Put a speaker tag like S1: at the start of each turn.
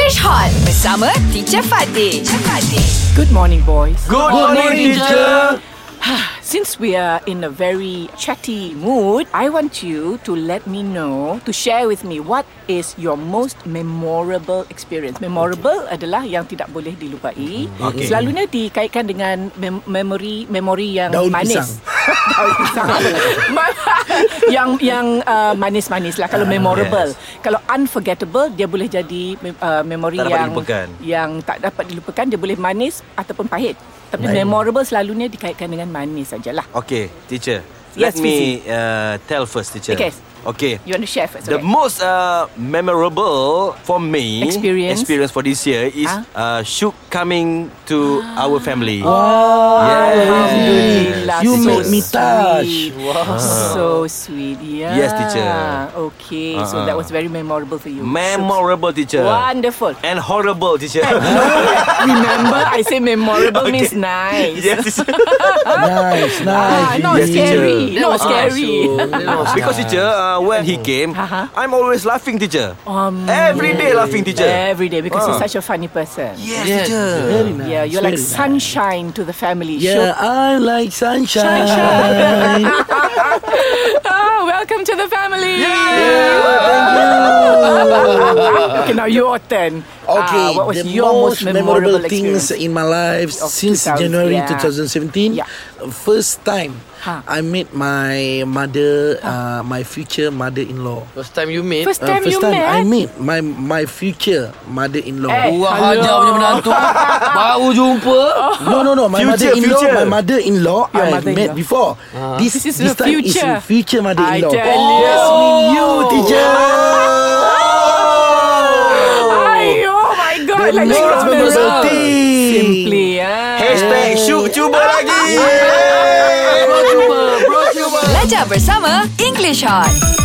S1: Fresh Hot bersama Teacher Fatih. Teacher Fatih.
S2: Good morning, boys.
S3: Good morning, teacher.
S2: Since we are in a very chatty mood, I want you to let me know, to share with me what is your most memorable experience. Memorable adalah yang tidak boleh dilupai.
S3: Mm-hmm. Okay.
S2: Selalunya dikaitkan dengan mem- memori memori yang
S3: Daun
S2: manis.
S3: pisang.
S2: Daun pisang. Ma- yang yang uh, manis-manis lah
S3: Ah,
S2: kalau memorable. Kalau unforgettable dia boleh jadi mem- uh, memori
S3: Tak dapat
S2: yang
S3: dilupakan.
S2: yang tak dapat dilupakan dia boleh manis ataupun pahit. Tapi
S3: Baik.
S2: memorable selalunya dikaitkan dengan manis sajalah.
S4: Okay, teacher.
S2: Yes,
S4: Let me uh, tell first, teacher.
S2: Okay.
S4: Okay.
S2: You want to share first? okay?
S4: The most uh, memorable for me
S2: Experience?
S4: experience for this year is
S2: Ah.
S4: uh, Shuk coming to our family.
S3: Oh,
S4: Yes.
S2: Alhamdulillah.
S3: You
S2: so
S3: make me
S2: sweet.
S3: touch. Ah.
S2: Wow. So sweet. Yeah.
S4: Yes, teacher.
S2: Okay. So
S4: Uh-uh.
S2: that was very memorable for you. So,
S4: Memorable, teacher.
S2: wonderful.
S4: And horrible, teacher.
S2: Remember, I say memorable means nice.
S4: yes, teacher.
S3: Niach,
S2: Ah,
S3: niach.
S2: not
S4: Yes, teacher.
S2: scary. Not
S4: Ah,
S2: scary.
S4: Because teacher, uh, when he came,
S2: Uh-huh.
S4: I'm always laughing, teacher.
S2: Um,
S4: Every day laughing, teacher.
S2: Every day because
S4: Ah.
S2: you're such a funny person.
S4: Yes,
S3: Very nice.
S2: Yeah, you're
S3: very
S2: like
S3: nice.
S2: sunshine to the family.
S3: Yeah, I like sunshine.
S2: Ah, Oh, welcome to the family. okay, now your turn.
S3: Okay,
S2: Ah, what was
S3: the
S2: your
S3: most memorable, things
S2: experience?
S3: in my life
S2: Of
S3: since
S2: 2000,
S3: January
S2: yeah.
S3: 2017.
S2: Yeah.
S3: First time
S2: Huh.
S3: I met my mother, uh, my future mother-in-law.
S5: First time you meet
S2: First
S3: Uh,
S2: time
S3: first
S2: you
S3: time
S2: met.
S3: I meet my my future mother-in-law.
S2: Eh.
S5: Buah
S2: Hello.
S5: hajar punya menantu Baru jumpa
S3: No, no, no. My
S4: Future,
S3: mother-in-law,
S4: future.
S3: my mother-in-law,
S2: Your
S3: I
S2: mother-in-law.
S3: met before. This,
S2: This is
S3: this
S2: the
S3: time is
S2: future.
S3: the future
S2: I
S3: mother-in-law.
S2: tell
S3: Oh,
S2: you.
S3: teacher.
S4: Ah.
S2: Ay, oh my god, like
S3: most
S2: Rock the
S3: memorable
S2: Rock.
S3: thing.
S2: Simply, ah.
S4: Hashtag Syuk cuba lagi.
S5: Baru jumpa Baru jumpa
S1: Belajar bersama English Hot.